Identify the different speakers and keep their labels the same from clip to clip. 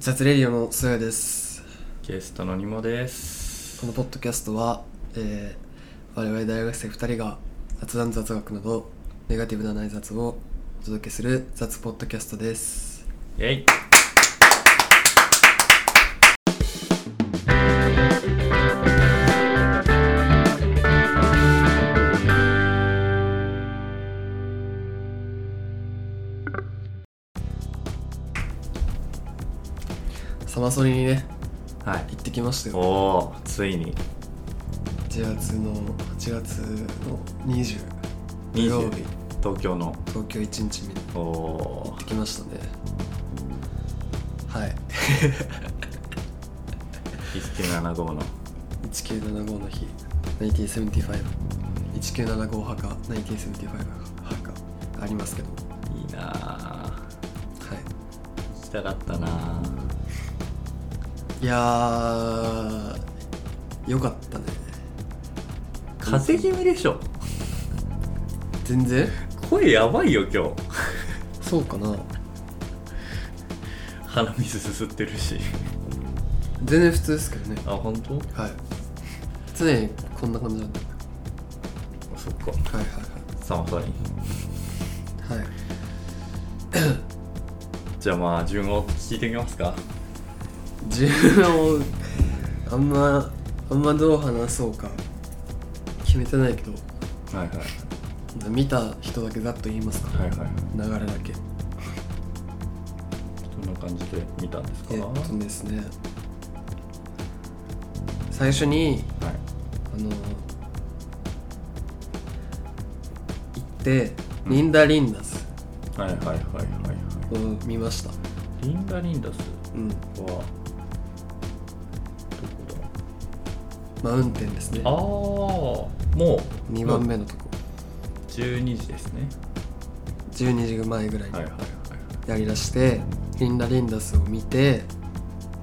Speaker 1: サツレディオのソヤです
Speaker 2: ゲストのニモです
Speaker 1: このポッドキャストは、えー我々大学生2人が雑談雑学などネガティブな内雑をお届けする雑ポッドキャストです
Speaker 2: イェイ
Speaker 1: サマソニにね
Speaker 2: はい
Speaker 1: 行ってきましたよ
Speaker 2: おおついに
Speaker 1: 8月の8月の20土
Speaker 2: 20
Speaker 1: 曜日
Speaker 2: 東京の
Speaker 1: 東京1日目に
Speaker 2: お
Speaker 1: 行
Speaker 2: お
Speaker 1: ってきましたねはい
Speaker 2: 1975の
Speaker 1: 1975の日1975 1975派か1975派かありますけどはい
Speaker 2: いなあ行きたかったなあ
Speaker 1: いいやーよかったね
Speaker 2: 風邪気味でしょ
Speaker 1: 全然
Speaker 2: 声やばいよ今日
Speaker 1: そうかな
Speaker 2: 鼻水すすってるし
Speaker 1: 全然普通ですけどね
Speaker 2: あ本当
Speaker 1: はい常にこんな感じなんだ
Speaker 2: そっか
Speaker 1: はい
Speaker 2: さまさ
Speaker 1: はい
Speaker 2: に
Speaker 1: はいはい
Speaker 2: じゃあまあ順を聞いてみますか
Speaker 1: 自分をあんまあんまどう話そうか決めてないけど
Speaker 2: はいはい
Speaker 1: 見た人だけざっと言いますか
Speaker 2: はいはい
Speaker 1: 流れだけ
Speaker 2: どんな感じで見たんですか
Speaker 1: えっ
Speaker 2: はい
Speaker 1: とですね最初にあの行って
Speaker 2: うん
Speaker 1: リンダ・リンダス
Speaker 2: はいはいはいはいは
Speaker 1: を見ました、
Speaker 2: いリンダリンダス
Speaker 1: うん、
Speaker 2: はどこだ
Speaker 1: マウンテンですね
Speaker 2: ああもう
Speaker 1: 2番目のとこ
Speaker 2: 12時ですね
Speaker 1: 12時前ぐらいに
Speaker 2: はいはいはい
Speaker 1: やりだして、リンダ・リンダスを見て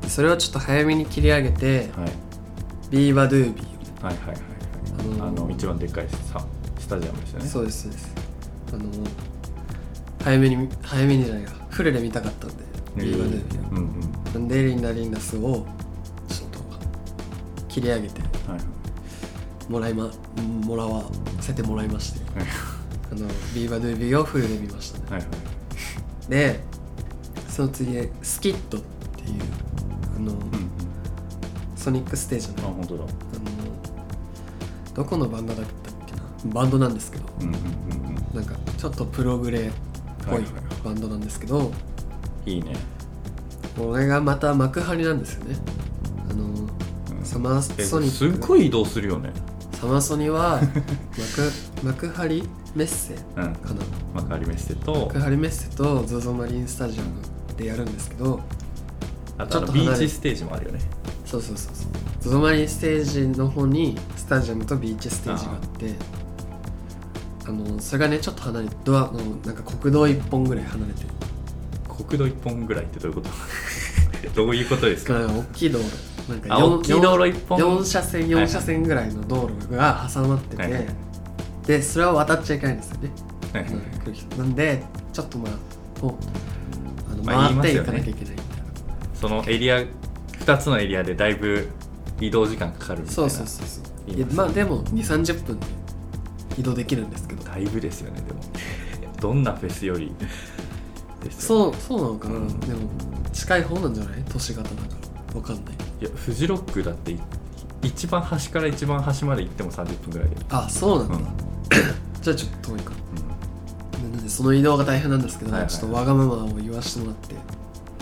Speaker 1: それをちょっと早めに切り上げて
Speaker 2: はい
Speaker 1: 「ビーバ・ドゥービー
Speaker 2: はいはいはい
Speaker 1: あの
Speaker 2: はいあの一番でっかいさスタジアムですよ」ね
Speaker 1: そうですそうですあの早めに早めにじゃないかフルで見たかったんで「ビーバ・ドゥービーを」
Speaker 2: うんうんうん
Speaker 1: なんでリンダリンダスをちょっと切り上げて
Speaker 2: はい
Speaker 1: もらいまもらわせてもらいまして
Speaker 2: はい
Speaker 1: あのビーバドゥービーをフルで見ましたね
Speaker 2: はいはい
Speaker 1: でその次スキットっていうあの、
Speaker 2: うんうん
Speaker 1: ソニックステージの
Speaker 2: あ本当だ
Speaker 1: あのどこのバンドだったっけなバンドなんですけど
Speaker 2: うんうんうんうん
Speaker 1: なんかちょっとプログレっぽ
Speaker 2: はいいはい
Speaker 1: バンドなんですけど
Speaker 2: いいね
Speaker 1: これがまた幕張なんですよねあの
Speaker 2: うん
Speaker 1: サマー
Speaker 2: え
Speaker 1: ソニッ
Speaker 2: す
Speaker 1: ク
Speaker 2: っごい移動するよね
Speaker 1: サマソニは 幕幕張メッセ
Speaker 2: うん
Speaker 1: かな
Speaker 2: 幕張メッセと
Speaker 1: 幕張メッセと ZOZO マリンスタジアムでやるんですけど
Speaker 2: あ
Speaker 1: ち
Speaker 2: と
Speaker 1: ょ
Speaker 2: あ
Speaker 1: っと
Speaker 2: の
Speaker 1: 離
Speaker 2: ビ
Speaker 1: れ
Speaker 2: ーチステージもあるよね
Speaker 1: そうそうそうそう ZOZO マリンステージの方にスタジアムとビーチステージがあってあのそれがねちょっと離れてドアのなんか国道1本ぐらい離れてる
Speaker 2: 国道1本ぐらいってどういうこと どういうことですか
Speaker 1: だから大きい道路なんか
Speaker 2: あ
Speaker 1: 四
Speaker 2: 大きい道路一本
Speaker 1: 四四車線
Speaker 2: はいは
Speaker 1: 4
Speaker 2: い
Speaker 1: 車線ぐらいの道路が挟まってて、
Speaker 2: はいはいはい
Speaker 1: でそれを渡っちゃいけないんですよね
Speaker 2: はいはい
Speaker 1: 来る人なんでちょっとまあこうあの、
Speaker 2: まあ
Speaker 1: 回ってい
Speaker 2: 言います
Speaker 1: か
Speaker 2: よね
Speaker 1: なきゃいけないみたいな、
Speaker 2: そのエリア2つのエリアでだいぶ移動時間かかるみたいな
Speaker 1: そうそうそうそう
Speaker 2: 言
Speaker 1: い
Speaker 2: い
Speaker 1: や
Speaker 2: ます
Speaker 1: まあでも2 3 0分で移動できるんですけど
Speaker 2: だいぶですよねでも どんなフェスよりですよ
Speaker 1: そうそうなのかな、
Speaker 2: うん
Speaker 1: でも近い方なんじゃない都市型だからわかんない
Speaker 2: いやフジロックだってい一番端から一番端まで行っても30分ぐらいで、
Speaker 1: あそうなん
Speaker 2: う
Speaker 1: だ、
Speaker 2: んうん
Speaker 1: じゃあちょっと遠いかなのでその移動が大変なんですけど、
Speaker 2: はいはい
Speaker 1: ちょっとわがままを言わせてもらって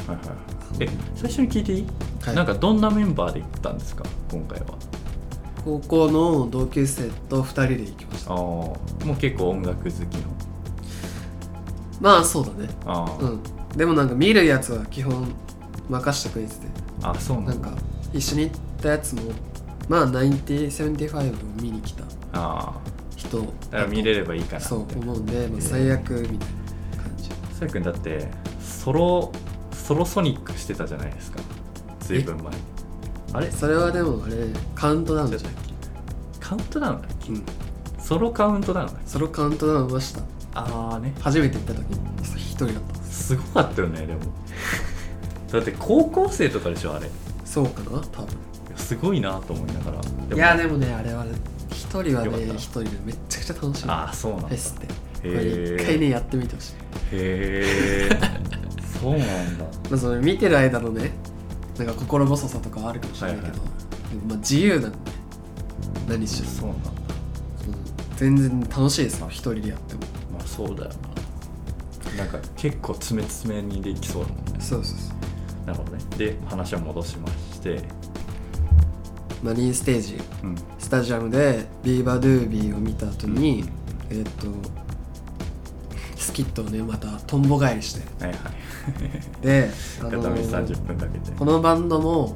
Speaker 2: はいはいはいえ最初に聞いていい、
Speaker 1: はい
Speaker 2: なんかどんなメンバーで行ったんですか今回は
Speaker 1: 高校の同級生と2人で行きまし
Speaker 2: あ
Speaker 1: た
Speaker 2: あもう結構音楽好きの
Speaker 1: まあそうだね
Speaker 2: あー、
Speaker 1: うんでもなんか見るやつは基本任してくれてて
Speaker 2: あそうな
Speaker 1: なんん
Speaker 2: だ
Speaker 1: か一緒に行ったやつもまあ1975を見に来た
Speaker 2: あ
Speaker 1: 人
Speaker 2: あだから見れればいいかな
Speaker 1: そう
Speaker 2: みたいな
Speaker 1: 思うんで、まあ、
Speaker 2: えー
Speaker 1: 最悪みたいな感じ
Speaker 2: さやくんだってソロソロソニックしてたじゃないですかずいぶん前にあれ
Speaker 1: それはでもあれカウントダウンじゃない、
Speaker 2: カウントダウンだっ
Speaker 1: うん、
Speaker 2: けソロカウントダウンだっけ
Speaker 1: ソロカウントダウンはした
Speaker 2: ああね
Speaker 1: 初めて行った時に一人だったんです
Speaker 2: すごかったよねでもだって高校生とかでしょあれ
Speaker 1: そうかな多分
Speaker 2: すごいなと思いながらでも
Speaker 1: いやでもねあれはね一人は
Speaker 2: よかっ
Speaker 1: ね
Speaker 2: た
Speaker 1: 一人でめっちゃくちゃ楽しい
Speaker 2: ああそうなんだ
Speaker 1: フェ
Speaker 2: へ
Speaker 1: スってこれ
Speaker 2: え
Speaker 1: 一回ねやってみてほしい
Speaker 2: へえ そうなんだ
Speaker 1: まあその見てる間のねなんか心細さとかはあるかもしれないけど、
Speaker 2: はいは
Speaker 1: でもまあ自由なんで何しろ
Speaker 2: そうなんだ
Speaker 1: うん全然楽しいですよ一人でやっても
Speaker 2: まあそうだよななんか結構詰め詰めにできそうだもんね
Speaker 1: そうそうそう
Speaker 2: なるほどねで話を戻しまして
Speaker 1: マリンステージ
Speaker 2: うん
Speaker 1: スタジアムでビーバードゥービーを見た後に、えーっとスキットをねまたトンボ返りして
Speaker 2: はいはい
Speaker 1: で、あの
Speaker 2: 片道30分だけで
Speaker 1: このバンドも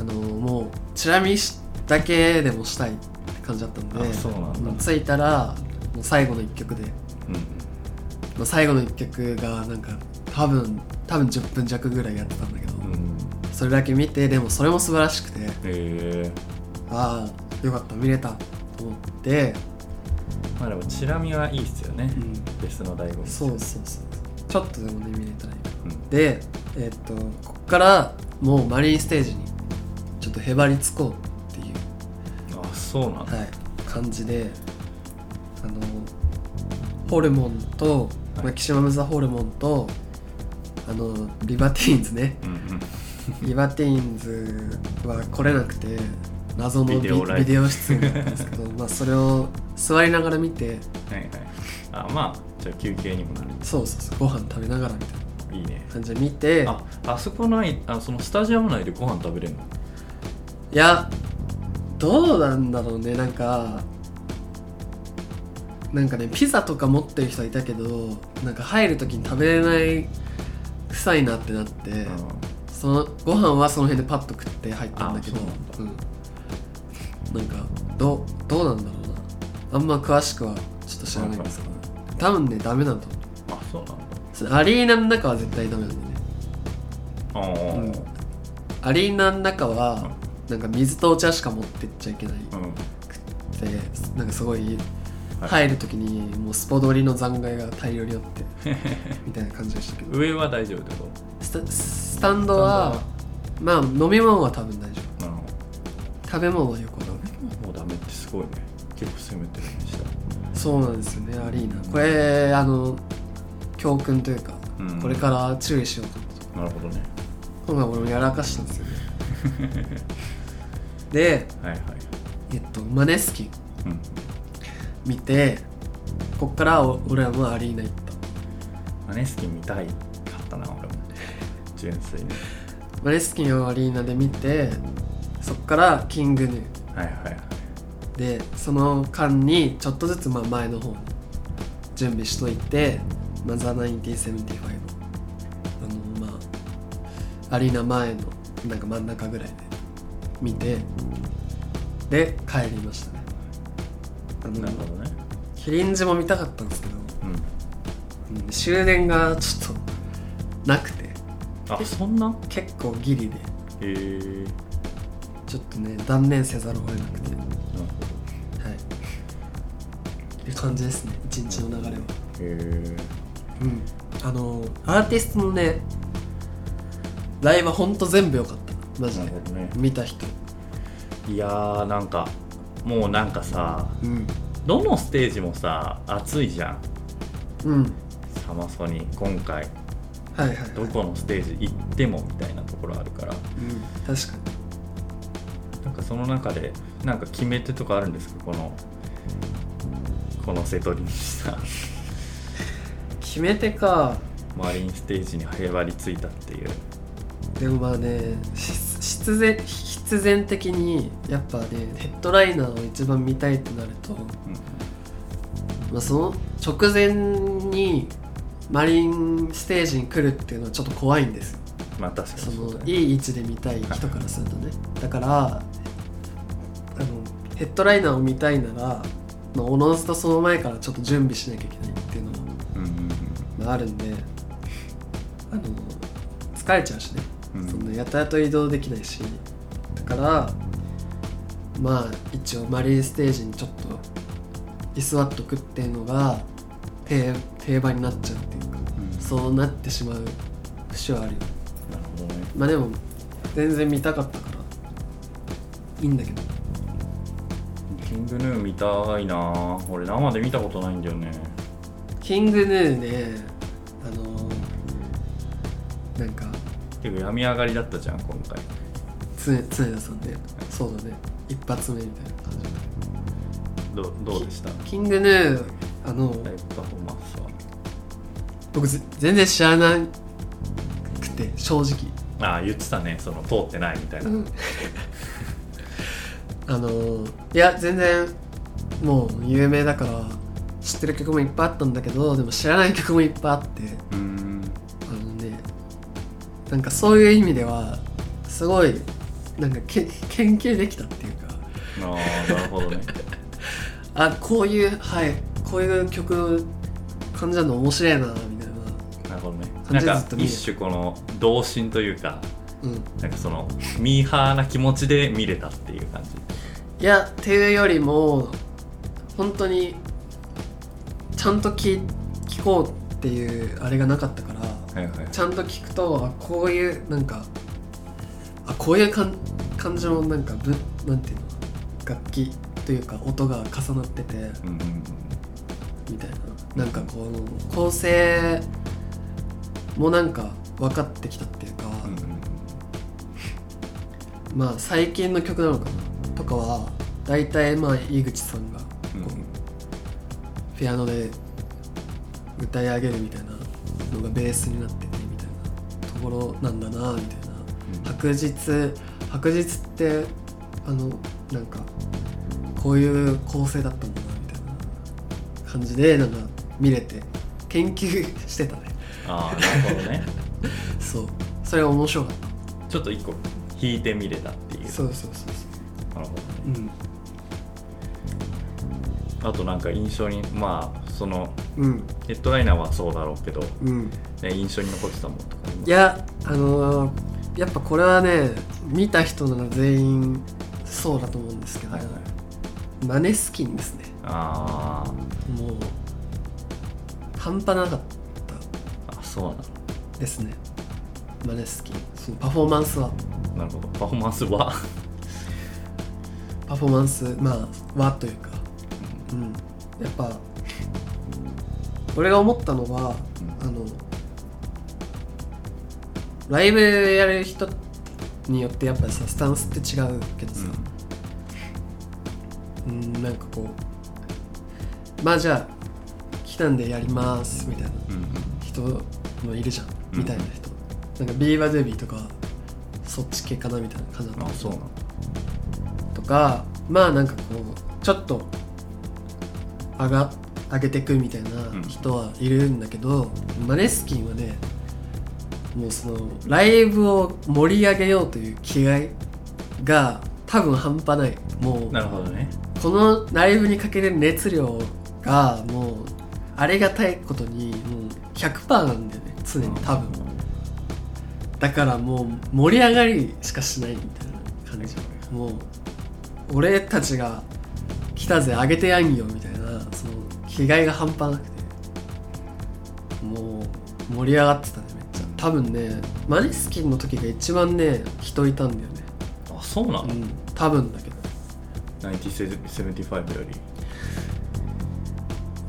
Speaker 1: あのもうチラ見しだけでもしたいって感じだったんで
Speaker 2: あそうなんだ
Speaker 1: もう着いたらもう最後の1曲で、
Speaker 2: うん
Speaker 1: まあ、最後の1曲がなんか多分多分10分弱ぐらいやってたんだけど、
Speaker 2: うん
Speaker 1: それだけ見てでもそれも素晴らしくて
Speaker 2: へえ
Speaker 1: ああよかった見れたと思って、
Speaker 2: まあでもチラ見はいいっすよね
Speaker 1: うん
Speaker 2: フェスの醍醐味
Speaker 1: そうそうそうちょっとでもね見れたらいいかな
Speaker 2: うん
Speaker 1: でえっとこっからもうマリンステージにちょっとへばりつこうっていう
Speaker 2: あそうなんだ
Speaker 1: はい、感じであのホルモンと、
Speaker 2: はい
Speaker 1: マキシマム・ザ・ホルモンとあのリバティーンズね
Speaker 2: うんうん
Speaker 1: リバティーンズは来れなくて謎のビ
Speaker 2: ビデオライブ
Speaker 1: ビデオ出演だったんですけどまあそれを座りながら見て
Speaker 2: はいはいあまあじゃあ休憩にもなる
Speaker 1: そうそうそうご飯食べながらみたい
Speaker 2: いいね
Speaker 1: な感じで見て
Speaker 2: ああそこないあそのスタジアム内でご飯食べれるの
Speaker 1: いやどうなんだろうねなんかなんかねピザとか持ってる人はいたけどなんか入る時に食べれない臭いなってなって、そのご飯はその辺でパッと食って入ったんだけど
Speaker 2: あ
Speaker 1: う
Speaker 2: そ
Speaker 1: んなんかどうどうなんだろうなあんま詳しくはちょっと知らないんですけど多分ねダメなんだと思う
Speaker 2: あそうなんだ
Speaker 1: そのアリーナの中は絶対ダメなんだよね
Speaker 2: あー
Speaker 1: うんアリーナの中はなんか水とお茶しか持ってっちゃいけない
Speaker 2: うん
Speaker 1: でなんかすごい
Speaker 2: はい
Speaker 1: 入る時にもうスポドリの残骸が大量にあって みたいな感じでしたけど
Speaker 2: 上は大丈夫ってこ
Speaker 1: スタスタン
Speaker 2: と
Speaker 1: ドはまあ飲み物は多分大丈
Speaker 2: スタンドはなるほ
Speaker 1: 夫食べ物はよくわかんない
Speaker 2: どもうダメってすごいね結構攻めてるんでした
Speaker 1: そうなんですよねアリーナこれあの教訓というか、
Speaker 2: うん
Speaker 1: これから注意しようと思って
Speaker 2: なるほどね
Speaker 1: 今回俺もやらかしたんですよねで
Speaker 2: はいはい
Speaker 1: えっとマネスキン
Speaker 2: うん
Speaker 1: 見てこっからお俺はもうアリーナ行った
Speaker 2: マネスキン見たいかったな俺も純粋に
Speaker 1: マレスキンをアリーナで見てそっからキングヌ
Speaker 2: はいはいはい
Speaker 1: ーでその間にちょっとずつまあ前の方に準備しといてマザー1975あのまあアリーナ前のなんか真ん中ぐらいで見てで帰りましたねあ
Speaker 2: な
Speaker 1: の
Speaker 2: るほどね
Speaker 1: キリンジも見たかったんですけど、
Speaker 2: うん
Speaker 1: うん終電がちょっとなくて
Speaker 2: あそんな
Speaker 1: 結構ギリで
Speaker 2: へえー、なる
Speaker 1: ちょっとね断念せざるを得なくて
Speaker 2: ほど
Speaker 1: はい。って感じですね、一日の流れは。
Speaker 2: へえ
Speaker 1: うん。あのー、アーティストのね、ライブはほんと全部良かった。マジ
Speaker 2: な
Speaker 1: で
Speaker 2: る。ほどね
Speaker 1: 見た人。
Speaker 2: いやーなんかもうなんかさ
Speaker 1: うん。
Speaker 2: どのステージもさ暑いじゃん
Speaker 1: うん。
Speaker 2: サマソニ今回
Speaker 1: はいはい、はい。
Speaker 2: どこのステージ行ってもみたいなところあるから
Speaker 1: うん。確か
Speaker 2: なんかその中でなんか決め手とかあるんですかこのこの瀬戸りにした
Speaker 1: に。決め手か。
Speaker 2: マリンステージにへばりついたっていう
Speaker 1: でもまあね、し必然、必然的に、やっぱね、ヘッドライナーを一番見たいってなると、まあ、その直前に、マリンステージに来るっていうのはちょっと怖いんですよ
Speaker 2: まあ確か
Speaker 1: そ
Speaker 2: にそう
Speaker 1: の
Speaker 2: だね
Speaker 1: いい位置で見たい人からするとねだからあのヘッドライナーを見たいならまあおのずとその前からちょっと準備しなきゃいけないっていうの
Speaker 2: うんうん
Speaker 1: があるんであの疲れちゃうしね、
Speaker 2: うん
Speaker 1: そんなやたらと移動できないしだからまあ一応マリンステージにちょっと居座っとくっていうのが定定番になっちゃうっていうか
Speaker 2: うん
Speaker 1: そうなってしまう節はあるよ
Speaker 2: なるほどね
Speaker 1: まあでも全然見たかったからいいんだけど
Speaker 2: キングヌー見たいなぁ俺生で見たことないんだよね
Speaker 1: キングヌーねあのーなんか
Speaker 2: ていうか病み上がりだったじゃん今回
Speaker 1: つ常田さんねそうだね一発目みたいな感じ
Speaker 2: どどうでした
Speaker 1: キングヌーあの
Speaker 2: ライブパフォーマンスは
Speaker 1: 僕ぜ全然知らなくて正直
Speaker 2: ああ言ってたねその通ってないみたいな、
Speaker 1: あのいや全然もう有名だから知ってる曲もいっぱいあったんだけどでも知らない曲もいっぱいあって
Speaker 2: うん
Speaker 1: あのねなんかそういう意味ではすごいなんかけ研究できたっていうか
Speaker 2: ああなるほど ね
Speaker 1: あこういうはいこういう曲感じなの面白いなみたいな
Speaker 2: なるほどね
Speaker 1: 感
Speaker 2: なん
Speaker 1: じで
Speaker 2: か
Speaker 1: ずっと見る
Speaker 2: 一種この童心というか
Speaker 1: うん
Speaker 2: なんかそのミーハーな気持ちで見れたっていう感じ
Speaker 1: いやっていうよりも本当にちゃんと聞聞こうっていうあれがなかったから
Speaker 2: はいはい
Speaker 1: ちゃんと聞くとあこういうなんかあこういうかん感じのなんかぶなんていうの楽器というか音が重なってて
Speaker 2: うんうん
Speaker 1: みたいななんかこの構成もなんか分かってきたっていうか、
Speaker 2: うんうんうん
Speaker 1: まあ最近の曲なのかなとかは大体まあ井口さんが
Speaker 2: うん
Speaker 1: ピアノで歌い上げるみたいなのがベースになっててみたいなところなんだなみたいな白日白日ってあのなんかこういう構成だったんだなみたいな感じでなんか見れて研究してたね
Speaker 2: ああなるほどね
Speaker 1: そうそれは面白かった
Speaker 2: ちょっと一個弾いてみれたっていう
Speaker 1: そうそうそうそ
Speaker 2: なるほどね
Speaker 1: ううん
Speaker 2: あとなんか印象にまあその
Speaker 1: うん
Speaker 2: ヘッドライナーはそうだろうけど、ね、
Speaker 1: うん
Speaker 2: 印象に残ってたもんとかあります
Speaker 1: いやあのーやっぱこれはね見た人なら全員そうだと思うんですけど、
Speaker 2: はいはい
Speaker 1: マネスキンですね
Speaker 2: あ
Speaker 1: もう半端なかった
Speaker 2: ーあそうな
Speaker 1: ですねマネスキンそのパフォーマンスは
Speaker 2: のなるほどパフォーマンスは
Speaker 1: パフォーマンスまあはというかうんやっぱ俺が思ったのはあのライブやる人によってやっぱさスタンスって違うけどさ、うんなんかこうまあじゃあ来たんでやりますみたいな
Speaker 2: うんうん
Speaker 1: 人もいるじゃん、
Speaker 2: うん
Speaker 1: みたいな人なんかビーバーデビーとかそっち系かなみたいな感じだ
Speaker 2: うん
Speaker 1: っ
Speaker 2: あそうなの
Speaker 1: たとかまあなんかこうちょっと上が上げてくみたいな人はいるんだけど、マネスキンはねもうそのライブを盛り上げようという気概が多分半端ないもう
Speaker 2: なるほどね
Speaker 1: このライブにかける熱量がもうありがたいことにもう100%なんだよね常に多分だからもう盛り上がりしかしないみたいな感じもう俺たちが来たぜあげてやんよみたいなその気概が半端なくてもう盛り上がってたねめっちゃ多分ねマネスキンの時が一番ね人いたんだよね
Speaker 2: あそうなの、
Speaker 1: うん多分だけど
Speaker 2: 1975より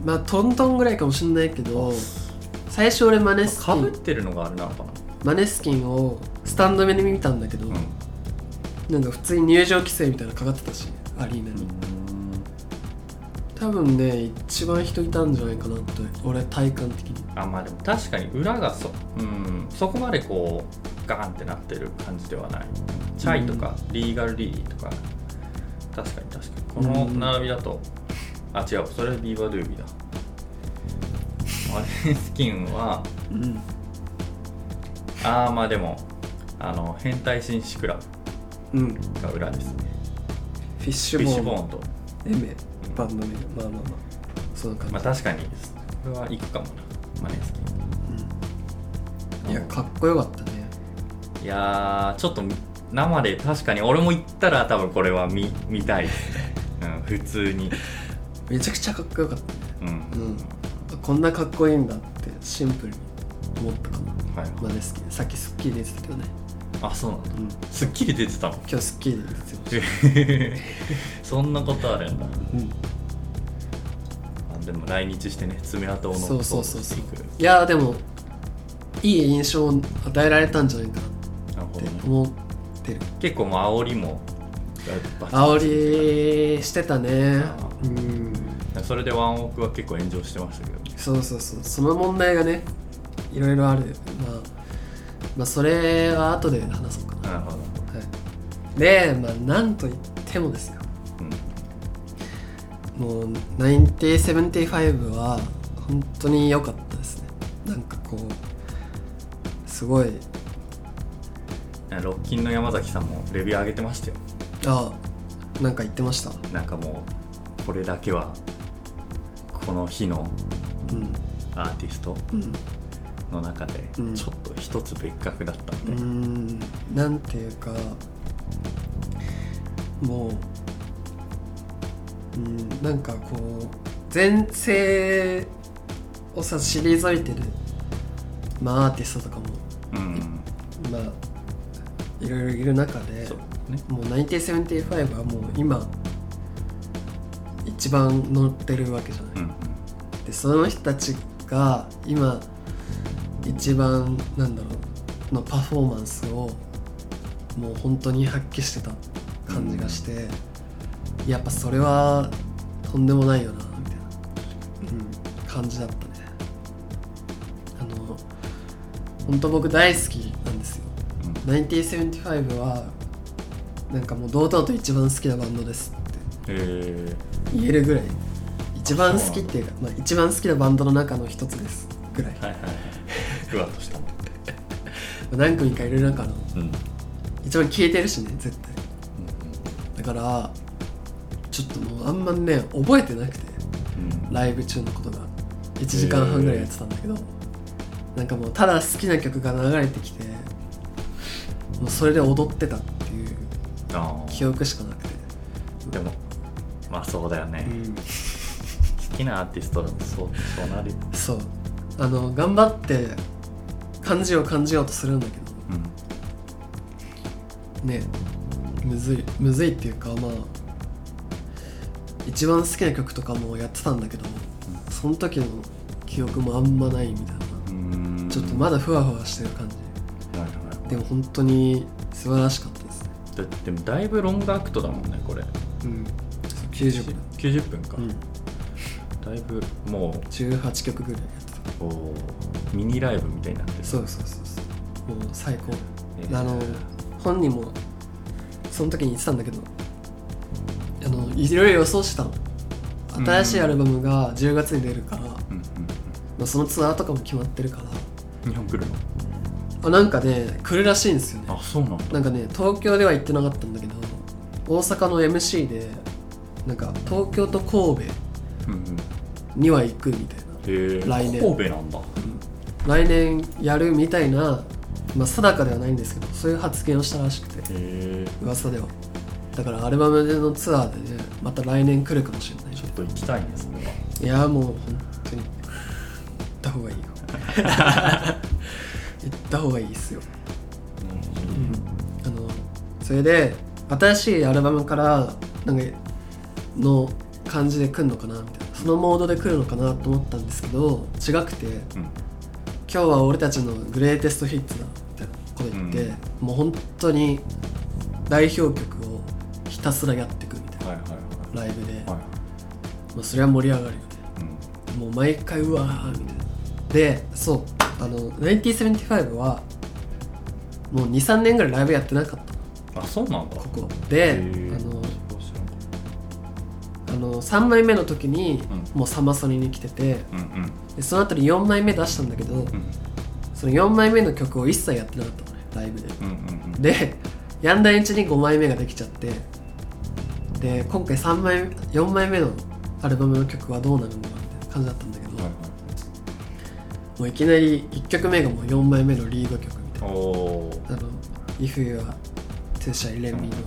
Speaker 1: まあトントンぐらいかもしんないけど最初俺マネスキ
Speaker 2: かぶっ
Speaker 1: ン
Speaker 2: てるのがあれなのかな
Speaker 1: マネスキンをスタンド目で見たんだけど、なんか普通に入場規制みたいなのかかってたしアリーナに
Speaker 2: うん
Speaker 1: 多分ね一番人いたんじゃないかなって俺体感的に
Speaker 2: あまあでも確かに裏がそ,、うん、そこまでこうガーンってなってる感じではないチャイとか、リーガルリリーとか確かに確かにこの
Speaker 1: うん
Speaker 2: 並びだと、あ違うそれはビーバードゥービーだマレスキンは
Speaker 1: うん
Speaker 2: ああまあでもあの変態紳士クラ
Speaker 1: うんフ
Speaker 2: ブが裏ですね
Speaker 1: ィッシ
Speaker 2: フィ
Speaker 1: ュ
Speaker 2: ッ
Speaker 1: ボーン
Speaker 2: シュボーンと
Speaker 1: エメバンド名まあまあまあその感じ、
Speaker 2: まあ確かにこれは行くかもなマネスキン
Speaker 1: うんいやかっこよかったね
Speaker 2: いやーちょっと生で確かに俺も行ったら多分これは見見たいですね、うん、普通に、
Speaker 1: めちゃくちゃかっこよかった
Speaker 2: うん
Speaker 1: うんこんなかっこいいんだってシンプルに思ったかな
Speaker 2: はい
Speaker 1: まで好きさっき『スッキリ』出てたけどね、
Speaker 2: あそうなんだ
Speaker 1: うん、
Speaker 2: すっきり出てたの
Speaker 1: 今日『スッキリ』出てた
Speaker 2: そんなことあるんだ
Speaker 1: うん
Speaker 2: あでも来日してね爪痕を残
Speaker 1: そうそうそうそう
Speaker 2: していく
Speaker 1: いやーでもいい印象を与えられたんじゃないかな
Speaker 2: なる
Speaker 1: っ
Speaker 2: ほど
Speaker 1: て
Speaker 2: ね
Speaker 1: 思ってる
Speaker 2: 結構もう煽りもバチバチ
Speaker 1: 煽りしてたね
Speaker 2: あ
Speaker 1: うん
Speaker 2: それでワンオクは結構炎上してましたけどね
Speaker 1: そうそうそうその問題がねいろいろある、まあ、まあそれは後で話そうかな、
Speaker 2: なるほど、
Speaker 1: はい、でまあなんといってもですよ
Speaker 2: うん、
Speaker 1: もう9075は本当に良かったですねなんかこうすごい
Speaker 2: ロッキンの山崎さんもレビュー上げてましたよ
Speaker 1: あなんか言ってました
Speaker 2: なんかもうこれだけはこの日の
Speaker 1: うん
Speaker 2: アーティスト
Speaker 1: うん
Speaker 2: の中で
Speaker 1: うん
Speaker 2: ちょっと一つ別格だったん
Speaker 1: う
Speaker 2: で、
Speaker 1: ーんなんていうかもううんなんかこう全盛をさ退いてる、まあ、アーティストとかも、
Speaker 2: うん
Speaker 1: まあ、いろいろいる中で
Speaker 2: そうね
Speaker 1: もう1975はもう今一番乗ってるわけじゃない。
Speaker 2: うん
Speaker 1: でその人たちが今一番なんだろうのパフォーマンスをもう本当に発揮してた感じがして、やっぱそれはとんでもないよなみたいな、うん、感じだったねあの本当僕大好きなんですよ
Speaker 2: うん
Speaker 1: 1975はなんかもう堂々と一番好きなバンドですって
Speaker 2: え
Speaker 1: 言えるぐらい一番好きっていうか、まあ、一番好きなバンドの中の一つですぐらい
Speaker 2: ー、はいはいはい ふわっとした、
Speaker 1: 何組かいる中の
Speaker 2: うんうん
Speaker 1: 一番消えてるしね絶対だからちょっともうあんまね覚えてなくて
Speaker 2: うん、
Speaker 1: ライブ中のことが1時間半ぐらいやってたんだけど、なんかもうただ好きな曲が流れてきてもうそれで踊ってたっていう
Speaker 2: あ
Speaker 1: 記憶しかなくて、
Speaker 2: ーでもまあそうだよね、
Speaker 1: うん
Speaker 2: 好きなアーティストだとそうそうなるよ、
Speaker 1: そうあの頑張って感じよう感じようとするんだけど
Speaker 2: うん
Speaker 1: ねむずいむずいっていうかまあ一番好きな曲とかもやってたんだけどその時の記憶もあんまないみたいな
Speaker 2: うん
Speaker 1: ちょっとまだふわふわしてる感じ
Speaker 2: はいはい
Speaker 1: でも本当に素晴らしかったですね
Speaker 2: だでもだいぶロングアクトだもんねこれ
Speaker 1: うん90分
Speaker 2: 90分か、
Speaker 1: うん
Speaker 2: だいぶも
Speaker 1: 18曲ぐらいやって
Speaker 2: うこうミニライブみたいになって
Speaker 1: た
Speaker 2: る
Speaker 1: そうそうそうそうもう最高
Speaker 2: えー
Speaker 1: あの本人もその時に言ってたんだけどあのいろいろ予想してたの新しいアルバムが10月に出るから、
Speaker 2: うんうん
Speaker 1: まあ、そのツアーとかも決まってるから
Speaker 2: うん日本来る
Speaker 1: あなんかね来るらしいんですよね
Speaker 2: のあそうなんだ
Speaker 1: なんかね東京では行ってなかったんだけど大阪の MC でなんか東京と神戸
Speaker 2: うんうん
Speaker 1: には行くみたい
Speaker 2: へえ
Speaker 1: 来年
Speaker 2: 神戸なんだ
Speaker 1: な来年やるみたいなまあ定かではないんですけどそういう発言をしたらしくて
Speaker 2: へえ
Speaker 1: 噂ではだからアルバムのツアーでねまた来年来るかもしれない
Speaker 2: ちょっと行きたいねそれはい
Speaker 1: やもう本当に行った方がい いよ行った方がいいっすよあのそれで新しいアルバムからなんかの感じで来るのかなみたいなそのモードで来るのかなと思ったんですけど違くて「
Speaker 2: うん
Speaker 1: 今日は俺たちのグレイテストヒッツだ」みたいなこと言って、もう本当に代表曲をひたすらやっていくみたい
Speaker 2: はいはいは
Speaker 1: なライブで、
Speaker 2: いは
Speaker 1: まあ、それは盛り上がるよね
Speaker 2: いうん
Speaker 1: もう毎回うわーみたいなでそうあの1975はもう23年ぐらいライブやってなかった
Speaker 2: あそうなんだ
Speaker 1: ここ
Speaker 2: へ
Speaker 1: で
Speaker 2: ー
Speaker 1: あの
Speaker 2: そう知らんかっ
Speaker 1: あの3枚目の時に
Speaker 2: う
Speaker 1: もうサマソニに来てて
Speaker 2: たうんうん
Speaker 1: でその後に4枚目出したんだけど
Speaker 2: うん
Speaker 1: その4枚目の曲を一切やってなかったのねライブで
Speaker 2: うんうんうん
Speaker 1: でやんだうちに5枚目ができちゃってで今回3枚4枚目のアルバムの曲はどうなるんだろうみたいな感じだったんだけど、
Speaker 2: はいはい
Speaker 1: もういきなり1曲目がもう4枚目のリード曲みたい
Speaker 2: おー
Speaker 1: なあの「If You Are To Shine Let Me Know」っ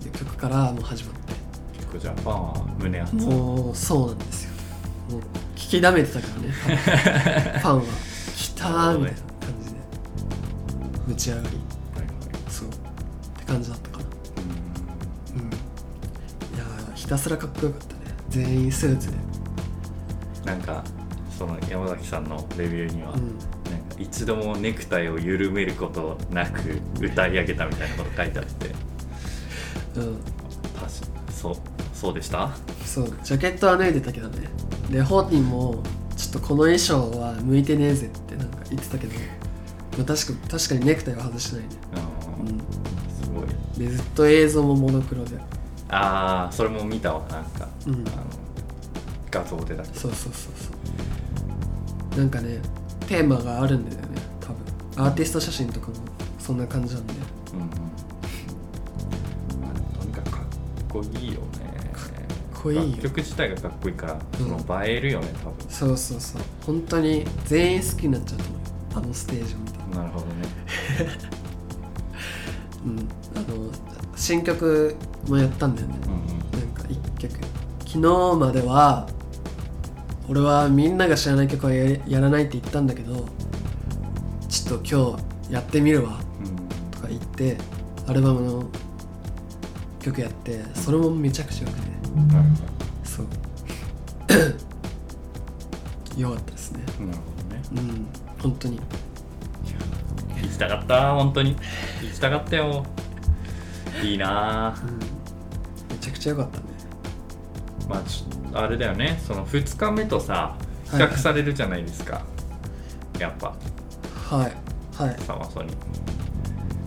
Speaker 1: ていう曲からもう始まって
Speaker 2: 結構ジャパンは胸熱
Speaker 1: もうそうなんですよ もう聞きだめてたからねファンは「来た!」みたいな感じでぶち上がり
Speaker 2: はいはい
Speaker 1: そうって感じだったかなうんいやーひたすらかっこよかったね全員スーツで
Speaker 2: うんなんかその山崎さんのレビューには、
Speaker 1: うん
Speaker 2: なんか一度もネクタイを緩めることなく歌い上げたみたいなこと書いてあって
Speaker 1: うん
Speaker 2: 確かそうそうでした
Speaker 1: そうジャケットは脱いでたけどねで本人もちょっとこの衣装は向いてねえぜってなんか言ってた けど、まあ、確か確かにネクタイは外してないね、
Speaker 2: う
Speaker 1: うんん、
Speaker 2: すごい
Speaker 1: でずっと映像もモノクロで
Speaker 2: ああそれも見たわなんか、
Speaker 1: うん
Speaker 2: あの画像でだけど
Speaker 1: そうそうそうそうなんかねテーマがあるんだよね多分アーティスト写真とかもそんな感じなんで
Speaker 2: うんうんまあとにかくかっこいいよねか
Speaker 1: っこいいよ
Speaker 2: 楽曲自体がかっこいいから、
Speaker 1: うん
Speaker 2: その映えるよね多分
Speaker 1: そうそうそう本当に全員好きになっちゃうと思うあのステージを見て
Speaker 2: なるほどね
Speaker 1: うんあの新曲もやったんだよね
Speaker 2: うんうん
Speaker 1: なんか一曲昨日までは俺はみんなが知らない曲はやれやらないって言ったんだけどちょっと今日やってみるわ
Speaker 2: うん
Speaker 1: とか言ってアルバムの曲やってそれもめちゃくちゃ良くて
Speaker 2: なる
Speaker 1: そう 良かったですね
Speaker 2: ほどなるほどね
Speaker 1: うん本当に
Speaker 2: 行きたかった本当に行きたかったよいいな
Speaker 1: う
Speaker 2: あ
Speaker 1: んめちゃくちゃ良かったね
Speaker 2: まあちょあれだよねその2日目とさ比
Speaker 1: はい
Speaker 2: 較されるじゃないですか、やっぱ
Speaker 1: はいはい
Speaker 2: サマソニ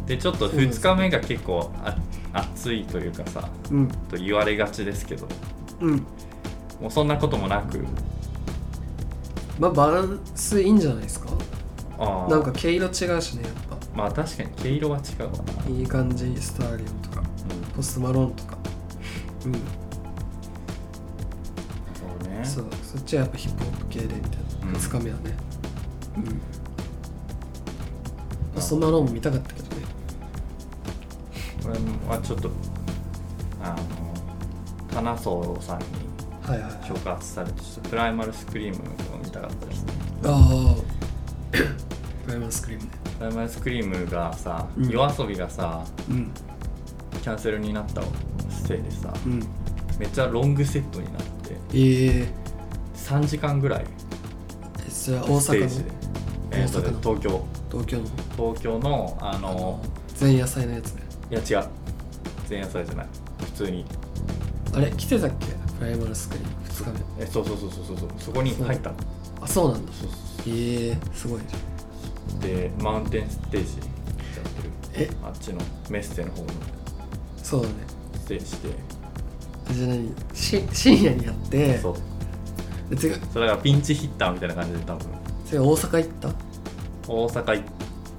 Speaker 2: でちょっと
Speaker 1: そうですね
Speaker 2: 2日目が結構あ暑いというかさ
Speaker 1: うん
Speaker 2: と言われがちですけど
Speaker 1: うん
Speaker 2: もうそんなこともなく
Speaker 1: まあバランスいいんじゃないですか
Speaker 2: あー
Speaker 1: なんか毛色違うしねやっぱ
Speaker 2: まあ確かに毛色は違うわな、
Speaker 1: いい感じスターリオンとか
Speaker 2: う
Speaker 1: ポストマローンとかうん
Speaker 2: ん、そうね
Speaker 1: そうそっちはやっぱヒップホップ系でみたいな、
Speaker 2: うん
Speaker 1: 2日目はねうんポストマローンも見たかったけどね
Speaker 2: これはちょっとあの棚荘さんに
Speaker 1: はいはいはい
Speaker 2: 触発されてちょっとプライマルスクリームを見たかったですね
Speaker 1: ああプライマルスクリームね
Speaker 2: プライマルスクリームがさ、
Speaker 1: うん
Speaker 2: 夜遊びがさ
Speaker 1: うん
Speaker 2: キャンセルになったせいでさ
Speaker 1: うん
Speaker 2: めっちゃロングセットになって
Speaker 1: ええ
Speaker 2: 3時間ぐらい
Speaker 1: それは大
Speaker 2: ステ
Speaker 1: 阪
Speaker 2: ージで
Speaker 1: の、
Speaker 2: えーと
Speaker 1: 大阪の
Speaker 2: 東京
Speaker 1: 東京の
Speaker 2: 東京のあの
Speaker 1: 前夜祭のやつね
Speaker 2: いや違う前夜祭じゃない普通に
Speaker 1: あれ来てたっけプライマルスクリーム2日目
Speaker 2: えそうそうそうそうそうそうそこに入ったの
Speaker 1: あそうなんだ
Speaker 2: そうそう
Speaker 1: ええすごいね
Speaker 2: そうでマウンテンステージやってる
Speaker 1: え
Speaker 2: あっちのメッセの方の
Speaker 1: そうだね
Speaker 2: ステージ
Speaker 1: じゃあ何し深夜にやって
Speaker 2: でそう
Speaker 1: で次
Speaker 2: それだからピンチヒッターみたいな感じで多分
Speaker 1: 次大阪行った
Speaker 2: 大阪い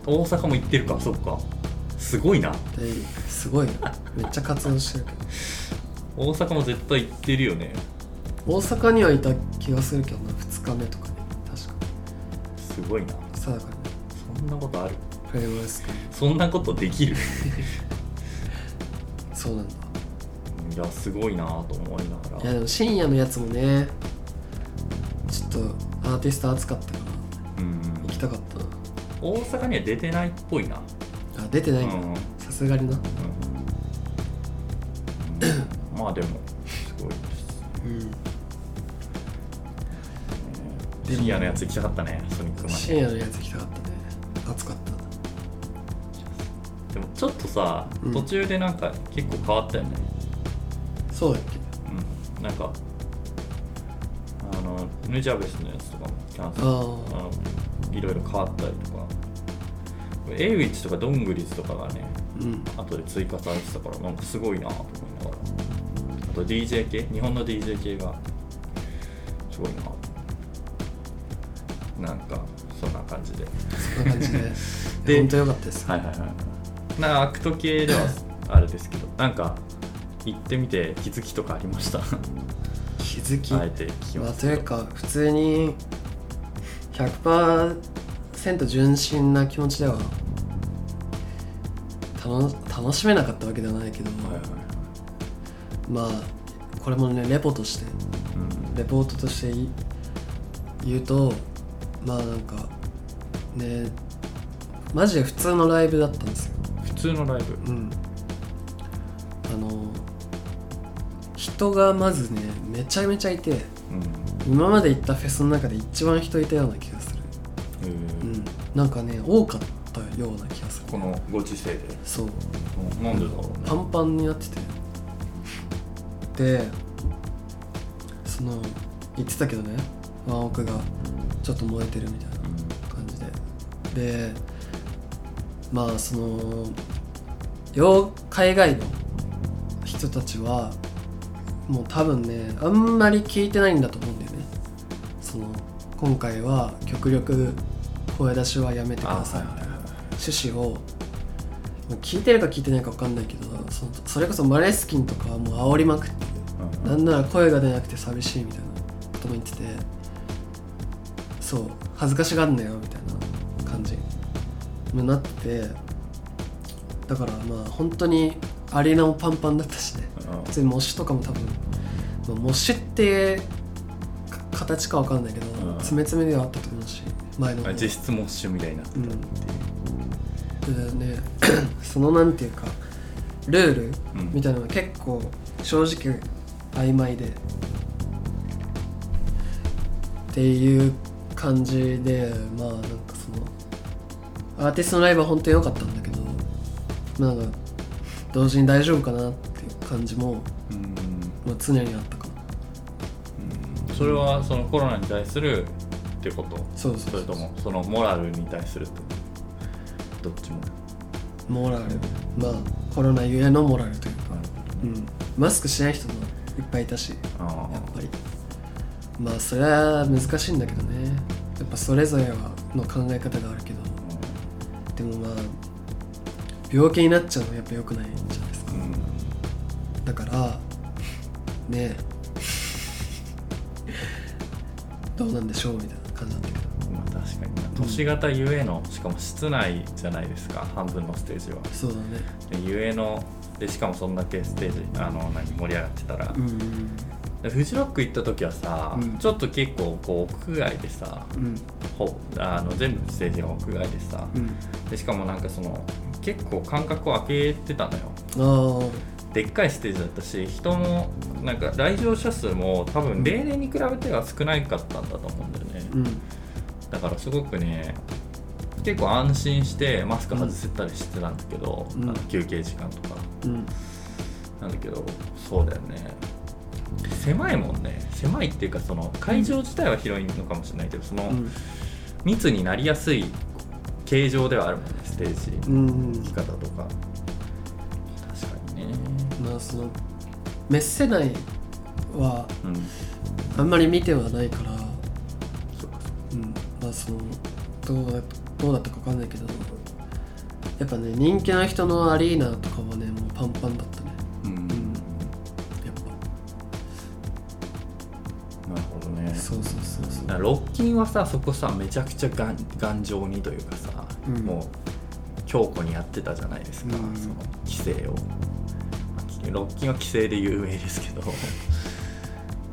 Speaker 2: 大阪も行ってるかそっかすごいな
Speaker 1: ですごいなめっちゃ活動してるけ
Speaker 2: 大阪も絶対行ってるよね
Speaker 1: ど大阪にはいた気がするけどな2日目とかね確か
Speaker 2: すごいな
Speaker 1: さだからね
Speaker 2: そんなことある
Speaker 1: プライマルスクリー
Speaker 2: そんなことできる
Speaker 1: ムそうなんだ
Speaker 2: いやすごいなと思いなが
Speaker 1: い
Speaker 2: ら
Speaker 1: やでも深夜のやつもねちょっとアーティスト熱かったから
Speaker 2: うん
Speaker 1: 行きたかった
Speaker 2: 大阪には出てないっぽいな
Speaker 1: なあ出てないんだ
Speaker 2: うん うん
Speaker 1: さすがにな
Speaker 2: まあでもすごいですね
Speaker 1: うんでも
Speaker 2: 深夜のやつ行きたかったねソニックマ
Speaker 1: 深夜のやつ行きたかったね熱かった
Speaker 2: でもちょっとさ
Speaker 1: うん
Speaker 2: 途中でなんか結構変わったよね
Speaker 1: そうだっけ
Speaker 2: うんなんかあのヌジャベスのやつとかもキャンセル
Speaker 1: あ
Speaker 2: あのいろいろ変わったりとかエイウィッチとかドングリズとかがね
Speaker 1: うん
Speaker 2: 後で追加されてたからなんかすごいなと思いながらあと DJ 系日本の DJ 系がすごいななんかそんな感じで
Speaker 1: そんな感じで
Speaker 2: で
Speaker 1: 本当良かったです、
Speaker 2: はいはいはいなんかアクト系ではあれですけどなんか行ってみて気づきとかありましたあ
Speaker 1: 気づき、
Speaker 2: えて聞き
Speaker 1: まあ、
Speaker 2: ま
Speaker 1: と
Speaker 2: す
Speaker 1: いうか普通に100%純真な気持ちでは楽楽しめなかったわけではないけど、
Speaker 2: はいはいはい
Speaker 1: まあこれもねレポとしてレポートとしてい言うとまあなんかねマジで普通のライブだったんですよ
Speaker 2: 普通のライブ
Speaker 1: うんあの人がまずねめちゃめちゃいて
Speaker 2: うん
Speaker 1: 今まで行ったフェスの中で一番人いたような気がする
Speaker 2: えー
Speaker 1: うんなんかね多かったような気がする
Speaker 2: このご時世で
Speaker 1: そう
Speaker 2: うんなんでだろうね
Speaker 1: パンパンになっててでその言ってたけどねワンオクがちょっと燃えてるみたいな感じででまあその洋海外の人たちはもう多分ねあんまり聞いてないんだと思うんだよねその今回は極力声出しはやめてく
Speaker 2: あ
Speaker 1: だ
Speaker 2: は
Speaker 1: さ
Speaker 2: い
Speaker 1: い
Speaker 2: はいはい
Speaker 1: 趣旨をもう聞いてるか聞いてないか分かんないけどそそれこそマレースキンとかはもう煽りまくって
Speaker 2: うん
Speaker 1: なんなら声が出なくて寂しいみたいなことも言っててそう恥ずかしがんなよみたいな感じになっててだからまあ本当にアリーナもパンパンだったしね
Speaker 2: うん
Speaker 1: 普通に模試とかも多分、まあ、模試ってか形か分かんないけど
Speaker 2: うん
Speaker 1: 詰め詰めではあったと思うし前の方
Speaker 2: あ実質モッシュみたいになってたっていう
Speaker 1: うんでねそのなんていうかルール
Speaker 2: うん
Speaker 1: みたいなのが結構正直曖昧でっていう感じでまあなんかそのアーティストのライブは本当に良かったんだけどまあなんか同時に大丈夫かなっていう感じも、
Speaker 2: うん
Speaker 1: まあ、常にあったかも
Speaker 2: うんそれはそのコロナに対するってこと
Speaker 1: そうそう
Speaker 2: そ
Speaker 1: そう
Speaker 2: れともそのモラルに対するってことどっちも
Speaker 1: モラルまあコロナゆえのモラルというか、
Speaker 2: な
Speaker 1: う
Speaker 2: る
Speaker 1: ん、マスクしない人もいっぱいいたし
Speaker 2: ほど
Speaker 1: や
Speaker 2: ね
Speaker 1: っぱりまあそれは難しいんだけどねやっぱそれぞれはの考え方があるけどでもまあ病気になっちゃうのはやっぱ良くないんじゃないですか
Speaker 2: うんうん
Speaker 1: だからねえどうなんでしょうみたいな感じなんだけど
Speaker 2: まあ確かにな都市型ゆえのしかも室内じゃないですか半分のステージは
Speaker 1: そうだね
Speaker 2: でゆえのでしかもそんだけステージあの何盛り上がってたら、
Speaker 1: うん
Speaker 2: でフジロック行った時はさ、
Speaker 1: うん
Speaker 2: ちょっと結構こう屋外でさ
Speaker 1: うん
Speaker 2: ほあの全部ステージが屋外でさ
Speaker 1: うん
Speaker 2: でしかもなんかその結構間隔を空けてたのよ
Speaker 1: あ
Speaker 2: でっかいステージだったし人もなんか来場者数も多分例年に比べては少ないかったんだと思うんだよね、
Speaker 1: あうん
Speaker 2: だからすごくね結構安心してマスク外せたりしてたんだけど、
Speaker 1: うん
Speaker 2: あの休憩時間とか
Speaker 1: うん
Speaker 2: なんだけどそうだよね狭いもんね狭いっていうかその会場自体は広いのかもしれないけどその
Speaker 1: うん
Speaker 2: 密になりやすい形状ではあるもんねステージ
Speaker 1: うん
Speaker 2: 生き方とか確かにね
Speaker 1: まあそのメッセ内は
Speaker 2: うん
Speaker 1: あんまり見てはないから
Speaker 2: そうか
Speaker 1: うん、まあそのどうだどうだったか分かんないけどやっぱね人気の人のアリーナとかはねもうパンパンだったね
Speaker 2: うん
Speaker 1: やっぱ
Speaker 2: なるほどね
Speaker 1: そうそうそうそう
Speaker 2: だからロッキンはさそこさめちゃくちゃ頑頑丈にというかさ、
Speaker 1: うん
Speaker 2: もう強固にやってたじゃないですか、
Speaker 1: うん
Speaker 2: その規制をまあロッキンは規制で有名ですけ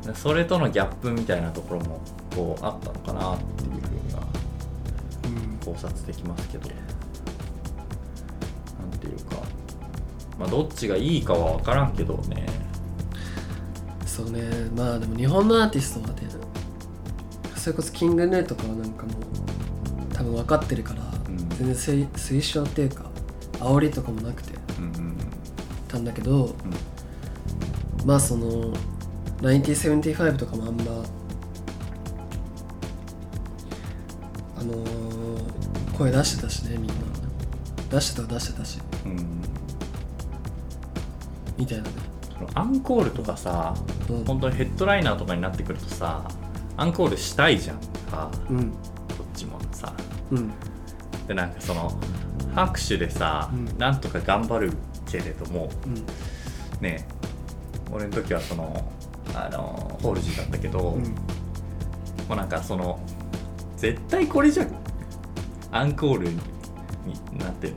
Speaker 2: ど それとのギャップみたいなところもこうあったのかなっていうふうには考察できますけどなんていうか、まあ、どっちがいいかは分からんけどね
Speaker 1: そうねまあでも日本のアーティストはねそれこそキングヌーとかはなんかもう多分分かってるから、
Speaker 2: うん
Speaker 1: 全然推推奨っていうか煽りとかもなくて
Speaker 2: うんうん
Speaker 1: たんだけど、まあその1975とかもあんまあのー声出してたしねみんな出してた出してたし
Speaker 2: うんうん
Speaker 1: みたいなね
Speaker 2: そのアンコールとかさ
Speaker 1: うん
Speaker 2: 本当にヘッドライナーとかになってくるとさアンコールしたいじゃんか
Speaker 1: うん
Speaker 2: こっちもさ
Speaker 1: うん
Speaker 2: でなんかその拍手でさ、
Speaker 1: うん
Speaker 2: なんとか頑張るけれども
Speaker 1: うん
Speaker 2: ね俺の時はそのあのホールジーだったけど、
Speaker 1: うん
Speaker 2: もうなんかその絶対これじゃアンコールにになってる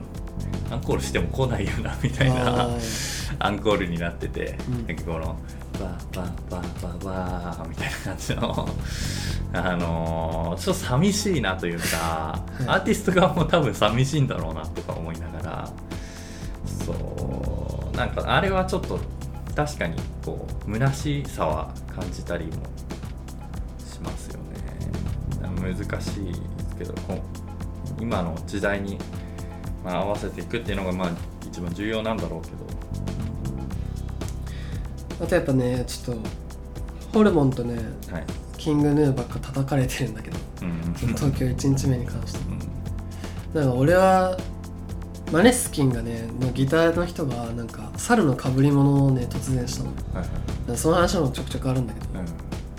Speaker 2: アンコールしても来ないよなみたいな
Speaker 1: あー
Speaker 2: アンコールになってて、
Speaker 1: うん
Speaker 2: なんかこのバーバーバーバーバーみたいな感じの あのーちょっと寂しいなというか、
Speaker 1: い
Speaker 2: アーティスト側も多分寂しいんだろうなとか思いながらそうなんかあれはちょっと確かにこう虚しさは感じたりもしますよね難しいですけどこう今の時代に、まあ合わせていくっていうのがまあ一番重要なんだろうけど
Speaker 1: あとやっぱねちょっとホルモンとね
Speaker 2: はい。
Speaker 1: キングヌーばっか叩かれてるんだけど
Speaker 2: うんう ん
Speaker 1: その東京1日目に関して
Speaker 2: うん
Speaker 1: なんか俺はマネスキンがねのギターの人がなんか猿の被り物をね突然したのだか
Speaker 2: はいはい
Speaker 1: らその話もちょくちょくあるんだけど
Speaker 2: う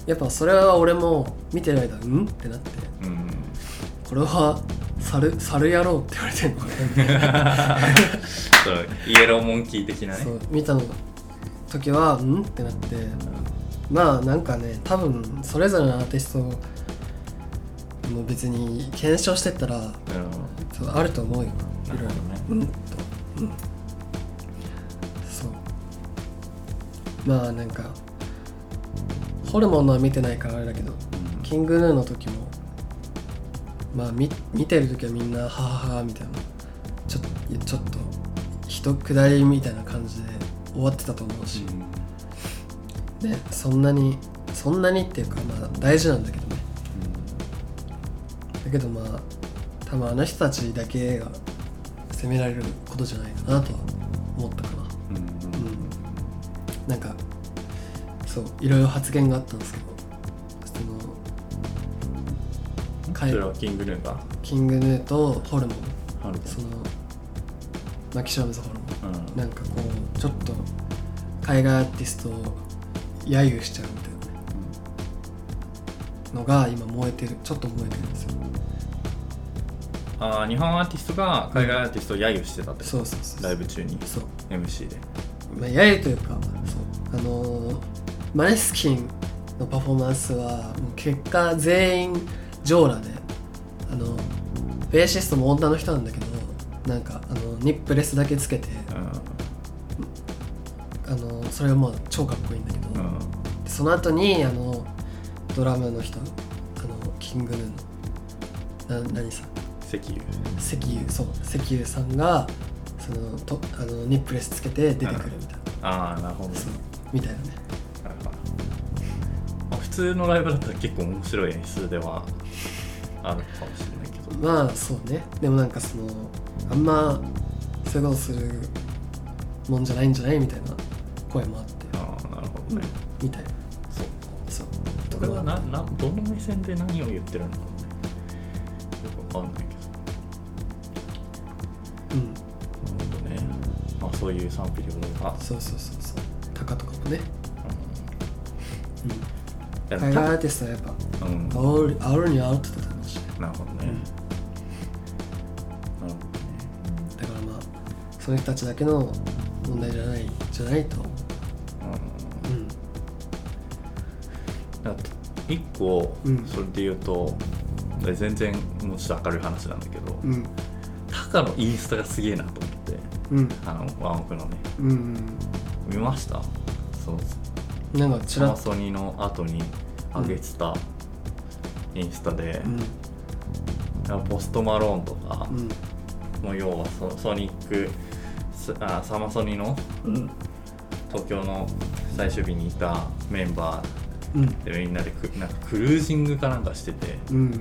Speaker 1: やっぱそれは俺も見てる間うんってなって
Speaker 2: んうん
Speaker 1: これは猿猿野郎って言われてんのね
Speaker 2: そうイエローモンキー的なね
Speaker 1: そう見たの時はうんってなってまあなんかね多分それぞれのアーティストも別に検証してったら
Speaker 2: なるほど
Speaker 1: そうあると思うよい
Speaker 2: な
Speaker 1: ろ
Speaker 2: る
Speaker 1: いろ
Speaker 2: ほどね
Speaker 1: うんと、うん、そうまあなんかホルモンのは見てないからあれだけどキングヌーの時もまあ見見てる時はみんな「ははは」みたいなちょっといやちょっと一下りみたいな感じで終わってたと思うし、ねそんなにそんなにっていうかまあ大事なんだけどねだけどまあ多分あの人たちだけが責められることじゃないかなとは思ったかな
Speaker 2: うんうんうん
Speaker 1: なんかそういろいろ発言があったんですけどそのかい
Speaker 2: それはキングヌーが
Speaker 1: キングヌーとホルモン
Speaker 2: ある
Speaker 1: そのマキシマムズホルモ
Speaker 2: うん
Speaker 1: ンなんかこうちょっと海外アーティストを揶揄しちゃうみたいなのが今燃えてるちょっと燃えてるんですよ
Speaker 2: あー日本アーティストが海外アーティストを揶揄してたって
Speaker 1: そうそうそう
Speaker 2: ライブ中に
Speaker 1: そう
Speaker 2: MC で
Speaker 1: まあ、やゆというかそうあのーマネスキンのパフォーマンスはもう結果全員ジョーラであのベーシストも女の人なんだけどなんかあのニップレスだけつけて
Speaker 2: う
Speaker 1: あのそれがまあ超かっこいいんだけど、
Speaker 2: んうん
Speaker 1: でその後にあのドラムの人あのキングヌーのな何さん
Speaker 2: 石油
Speaker 1: 石油そう石油さんがそのとあのニップレスつけて出てくるみたいな、
Speaker 2: ああなるほど
Speaker 1: そうみたいなね
Speaker 2: なるほどまあ普通のライブだったら結構面白い演出ではあるかもしれないけど
Speaker 1: まあそうねでもなんかそのあんまそういうことするもんじゃないんじゃないみたいな声もあって
Speaker 2: ああなるほどね、
Speaker 1: みたいな
Speaker 2: そう
Speaker 1: そう
Speaker 2: これはななどの目線で何を言ってるのかねよくわかんないけ
Speaker 1: う
Speaker 2: ど
Speaker 1: ん
Speaker 2: なるほどねまあそういう賛否両論が
Speaker 1: そうそうそうそうタカとかもね、うん、
Speaker 2: うん
Speaker 1: 海外アーティストはやっぱ
Speaker 2: うんなる
Speaker 1: 煽る煽るには煽ってたと思うしね
Speaker 2: ほどね、なるほどね
Speaker 1: だからまあその人たちだけの問題じゃないじゃないと
Speaker 2: う
Speaker 1: う
Speaker 2: ん
Speaker 1: ん
Speaker 2: だから一個
Speaker 1: うん
Speaker 2: それで言うと、で全然もうちょっと明るい話なんだけど、
Speaker 1: うん
Speaker 2: タカのインスタがすげえなと思って
Speaker 1: うん
Speaker 2: あのワンオクのね
Speaker 1: うん
Speaker 2: 見ましたそう
Speaker 1: うんなんかち
Speaker 2: パ
Speaker 1: ら
Speaker 2: ナ
Speaker 1: っと
Speaker 2: ソニの後に上げてたインスタで、
Speaker 1: うん
Speaker 2: ポストマローンとか、
Speaker 1: うん
Speaker 2: もう要はソソニックスあサマソニの
Speaker 1: うん
Speaker 2: 東京の最終日にいたメンバ
Speaker 1: うん
Speaker 2: ーでみんなでくなんかクルージングかなんかしてて
Speaker 1: うん
Speaker 2: な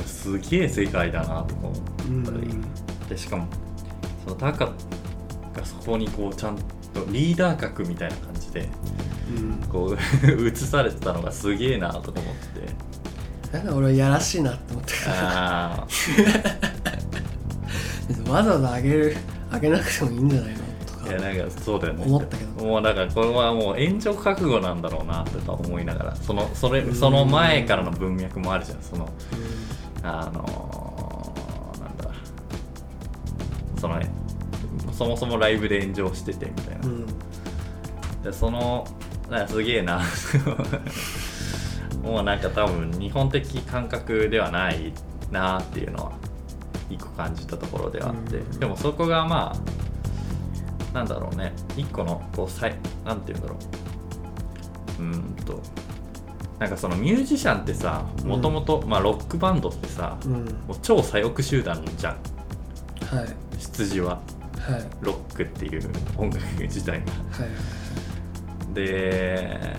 Speaker 2: んかすげえ世界だなとか思
Speaker 1: うん
Speaker 2: ったり、でしかもそのタカがそこにこうちゃんとリーダー格みたいな感じで
Speaker 1: うん
Speaker 2: こう 映されてたのがすげえなとか思って て。
Speaker 1: なんか俺はやらしいなって思って
Speaker 2: あ
Speaker 1: わざわざあげるあげなくてもいいんじゃないのと
Speaker 2: あいや
Speaker 1: か
Speaker 2: なんかそうだよね
Speaker 1: 思ったけど
Speaker 2: もうだからこれはもう延長覚悟なんだろうなとか思いながらそのそれ
Speaker 1: うん
Speaker 2: その前からの文脈もあるじゃんそのあのーなんだそのそもそもライブで炎上しててみたいな、
Speaker 1: うん、うん
Speaker 2: でそのなんかすげえな もうなんか多分日本的感覚ではないなっていうのは一個感じたところではあって、
Speaker 1: うん
Speaker 2: でもそこがまあなんだろうね一個のこうさいなんて言うんだろううーんとなんかそのミュージシャンってさ
Speaker 1: うん
Speaker 2: もともとロックバンドってさ、
Speaker 1: うん
Speaker 2: もう超左翼集団じゃん
Speaker 1: はい
Speaker 2: 出自は
Speaker 1: はい
Speaker 2: ロックっていう音楽自体が
Speaker 1: はい
Speaker 2: で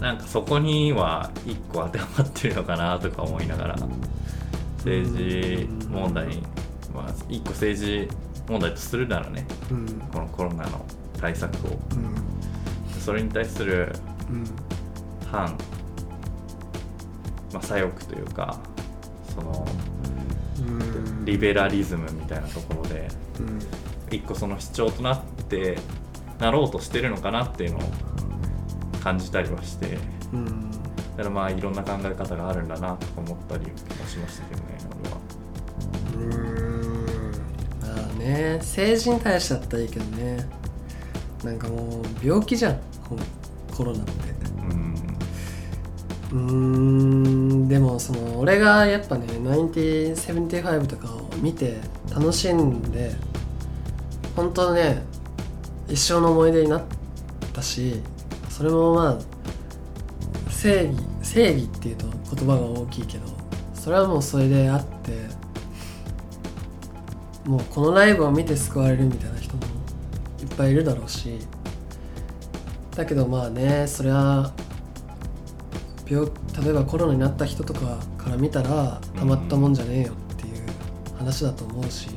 Speaker 2: なんかそこには一個当てはまってるのかなとか思いながら政治問題にまあ一個政治問題とするならね
Speaker 1: うん
Speaker 2: このコロナの対策を
Speaker 1: うん
Speaker 2: それに対する
Speaker 1: うん
Speaker 2: 反、まあ、左翼というかその
Speaker 1: うん
Speaker 2: リベラリズムみたいなところで
Speaker 1: うん
Speaker 2: 一個その主張となってなろうとしてるのかなっていうのを感じたりはして。
Speaker 1: うん
Speaker 2: だからまあいろんな考え方があるんだなとか思ったりはしましたけどね俺は
Speaker 1: うんまあね政治に対してだったらいいけどねなんかもう病気じゃんこのコロナって
Speaker 2: うん
Speaker 1: うーんでもその俺がやっぱね1975とかを見て楽しんで本当ね一生の思い出になったしそれもまあ正義正義っていうと言葉が大きいけどそれはもうそれであってもうこのライブを見て救われるみたいな人もいっぱいいるだろうしだけどまあねそれは病例えばコロナになった人とかから見たらたまったもんじゃねえよっていう話だと思うしね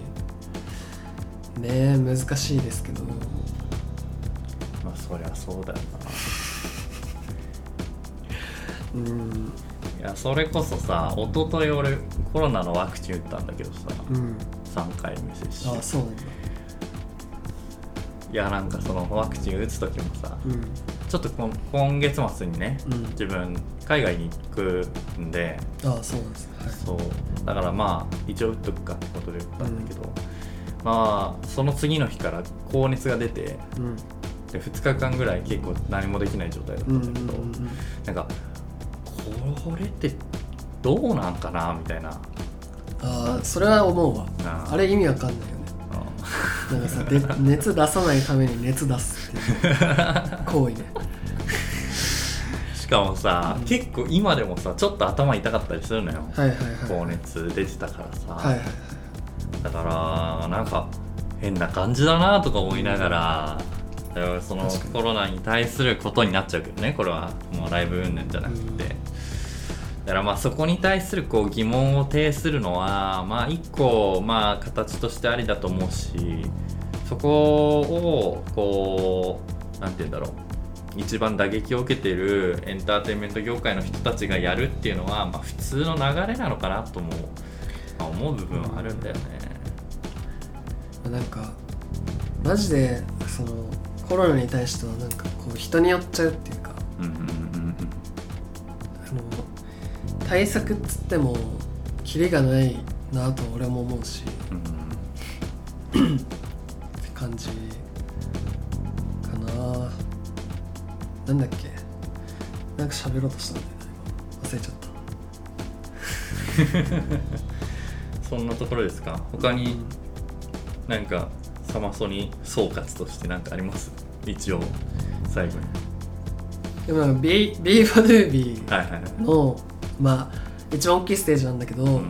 Speaker 1: え難しいですけど
Speaker 2: まあそりゃそうだよ
Speaker 1: うん
Speaker 2: ないやそれこそさ一昨日俺コロナのワクチン打ったんだけどさ
Speaker 1: うん
Speaker 2: 3回目接
Speaker 1: あ
Speaker 2: 種
Speaker 1: あそうなんだ
Speaker 2: いやなんかそのワクチン打つ時もさ
Speaker 1: うん
Speaker 2: ちょっとこん今月末にね
Speaker 1: うん
Speaker 2: 自分海外に行くんで
Speaker 1: ああそうなんですねはい
Speaker 2: そうだからまあ一応打っとくかってことで打ったんだけど、まあその次の日から高熱が出て
Speaker 1: うん
Speaker 2: で2日間ぐらい結構何もできない状態だった
Speaker 1: うんんう
Speaker 2: だ
Speaker 1: ん
Speaker 2: け
Speaker 1: う
Speaker 2: ど、
Speaker 1: ん
Speaker 2: なんかこれってどうなんかなみたいな
Speaker 1: ああそれは思うわ
Speaker 2: あー
Speaker 1: あれ意味わかんないよねなんかさで熱出さないために熱出すっていう行為ね
Speaker 2: しかもさ、
Speaker 1: うん
Speaker 2: 結構今でもさちょっと頭痛かったりするのよ、
Speaker 1: はいはいはい
Speaker 2: 高熱出てたからさ、
Speaker 1: はいはいはい
Speaker 2: だからなんか変な感じだなとか思いながら、だからその
Speaker 1: 確かに
Speaker 2: コロナに対することになっちゃうけどねこれはもうライブ云々じゃなくて、
Speaker 1: うん
Speaker 2: だからまあそこに対するこう疑問を呈するのはまあ一個まあ形としてありだと思うしそこをこうなんて言うんだろう一番打撃を受けているエンターテインメント業界の人たちがやるっていうのは、まあ、普通の流れなのかなとも、まあ思う部分はあるんだよね。
Speaker 1: まあなんかマジでそのコロナに対してはなんかこう人によっちゃうっていうか
Speaker 2: うんうんうん
Speaker 1: あの対策っつってもキリがないなと俺も思うしっ
Speaker 2: うん
Speaker 1: て感じかななんだっけなんか喋ろうとしたんだよな今忘れちゃっ
Speaker 2: そんなところですか
Speaker 1: た
Speaker 2: 他になんかサマソニ総括として何かあります一応最後に
Speaker 1: でもなんかビービーバドゥービー
Speaker 2: はいはいはい
Speaker 1: のまあ一番大きいステージなんだけど、
Speaker 2: うん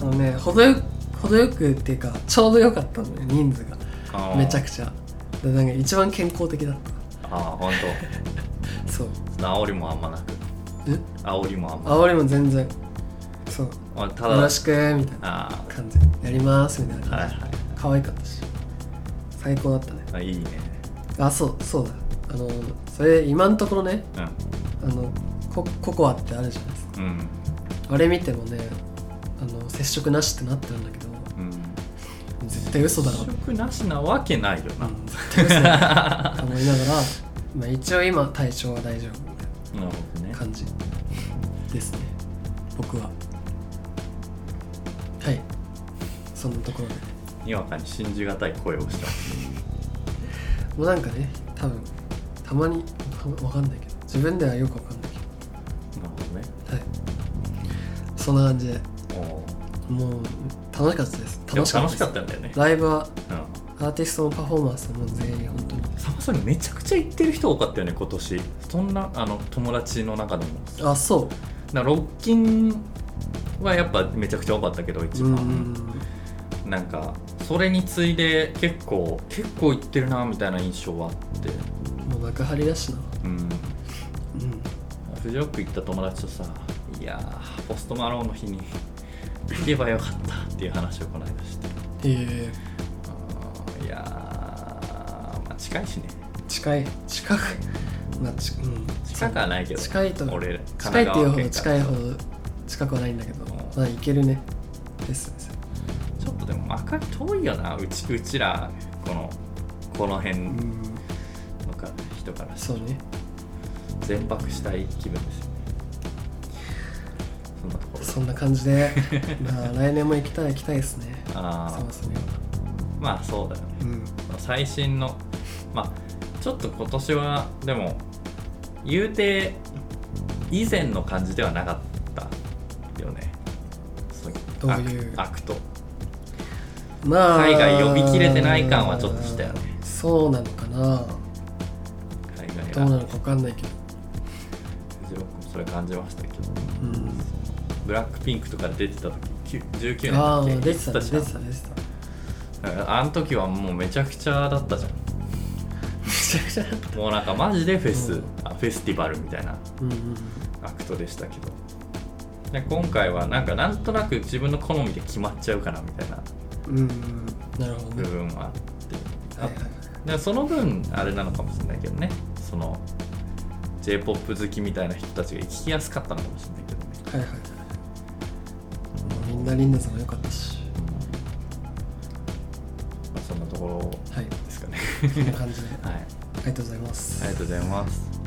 Speaker 1: あのね程よ程よくっていうかちょうどよかったのね人数が
Speaker 2: あー
Speaker 1: めちゃくちゃでなんか一番健康的だった
Speaker 2: ああ本
Speaker 1: そう
Speaker 2: 当煽りもあんまなく
Speaker 1: え
Speaker 2: 煽りもあんま
Speaker 1: 煽りも全然そう
Speaker 2: あただ
Speaker 1: よろしくみたいな
Speaker 2: あ
Speaker 1: 感じやりますみたいな
Speaker 2: あはい
Speaker 1: 感じ、
Speaker 2: はい
Speaker 1: 可愛かったし最高だったね
Speaker 2: あいいね
Speaker 1: あそうそうだあのそれ今のところねあのコココアってあるじゃないですか
Speaker 2: うんうん
Speaker 1: あれ見てもねあの接触なしってなってるんだけど
Speaker 2: うん
Speaker 1: 絶対嘘だろ
Speaker 2: 試食なしなわけないよ な、
Speaker 1: うん絶対嘘だろと思いながら、 まあ、一応今体調は大丈夫みたい
Speaker 2: なるほどね
Speaker 1: な感じですね僕ははいそんなところで
Speaker 2: にわかに信じがたい声をした
Speaker 1: もうなんかね多分たまにたわかんないけど自分ではよくわかんないけ
Speaker 2: なるほどね
Speaker 1: どはいそんな感じで
Speaker 2: おー
Speaker 1: もう楽しかったです
Speaker 2: でも
Speaker 1: 楽しかったです
Speaker 2: んだよね
Speaker 1: ライブは
Speaker 2: うん
Speaker 1: アーティストもパフォーマンスも全員本当に
Speaker 2: サマソニめちゃくちゃ行ってる人多かったよね今年そんなあの友達の中でも
Speaker 1: あそ
Speaker 2: なロッキンはやっぱめちゃくちゃ多かったけど
Speaker 1: う
Speaker 2: 一
Speaker 1: うん
Speaker 2: 番、
Speaker 1: うん
Speaker 2: なんかそれに次いで結構結構行ってるなみたいな印象はあって
Speaker 1: もう幕張だしな
Speaker 2: うん
Speaker 1: うん
Speaker 2: フジロック行った友達とさいやーポストマローンの日に行けばよかったっていう話をこの間して
Speaker 1: え
Speaker 2: うんいやーまあ近いしね
Speaker 1: ー、近い近くまあちうん
Speaker 2: 近くはないけど
Speaker 1: 近いと
Speaker 2: 俺
Speaker 1: 近いっていうほど
Speaker 2: 神奈
Speaker 1: 近
Speaker 2: 川
Speaker 1: いほど近くはないんだけどまあいけるねですです
Speaker 2: ちょっとでも幕張遠いよなうちうちらこのこの辺
Speaker 1: う
Speaker 2: の
Speaker 1: ん
Speaker 2: か人からして
Speaker 1: そうね
Speaker 2: 全泊したい気分ですよねそんなところ
Speaker 1: そんな感じ でまあ来年も行きたい行きたいですね
Speaker 2: あ
Speaker 1: そうですね
Speaker 2: あまあそうだよね
Speaker 1: うん
Speaker 2: 最新のまあちょっと今年はでも言うて以前の感じではなかったよねそう
Speaker 1: どういう
Speaker 2: アクト
Speaker 1: まあ
Speaker 2: 海外呼びきれてない感はちょっとしたよね
Speaker 1: そうなのかな
Speaker 2: 海外
Speaker 1: どうなのか分かんないけど
Speaker 2: フジロックもそれ感じましたけど
Speaker 1: うん
Speaker 2: ブラックピンクとか出てた時きゅ19年
Speaker 1: あ
Speaker 2: だ
Speaker 1: あ
Speaker 2: っけ
Speaker 1: 出てたね出
Speaker 2: 言ってた
Speaker 1: て
Speaker 2: じ
Speaker 1: た出てた
Speaker 2: ゃんうんあの時はもうめちゃくちゃだったじゃん
Speaker 1: めちゃくちゃ
Speaker 2: もうなんかマジでフェス、
Speaker 1: うん
Speaker 2: あフェスティバルみたいな
Speaker 1: うんうん
Speaker 2: アクトでしたけどで今回はなんかなんとなく自分の好みで決まっちゃうかなみたいな
Speaker 1: うんうんなるほど
Speaker 2: 部
Speaker 1: ね
Speaker 2: 分はあって、あ
Speaker 1: はいはいはい
Speaker 2: でその分あれなのかもしれないけどねその j p o p 好きみたいな人たちが聞きやすかったのかもしれないけ
Speaker 1: は
Speaker 2: どね
Speaker 1: いはいはいもうみんなリンダさんも良かったし
Speaker 2: まあ、そんなところ
Speaker 1: はい
Speaker 2: ですかね
Speaker 1: こんな感じであ
Speaker 2: はい
Speaker 1: りがとうございます
Speaker 2: ありがとうございます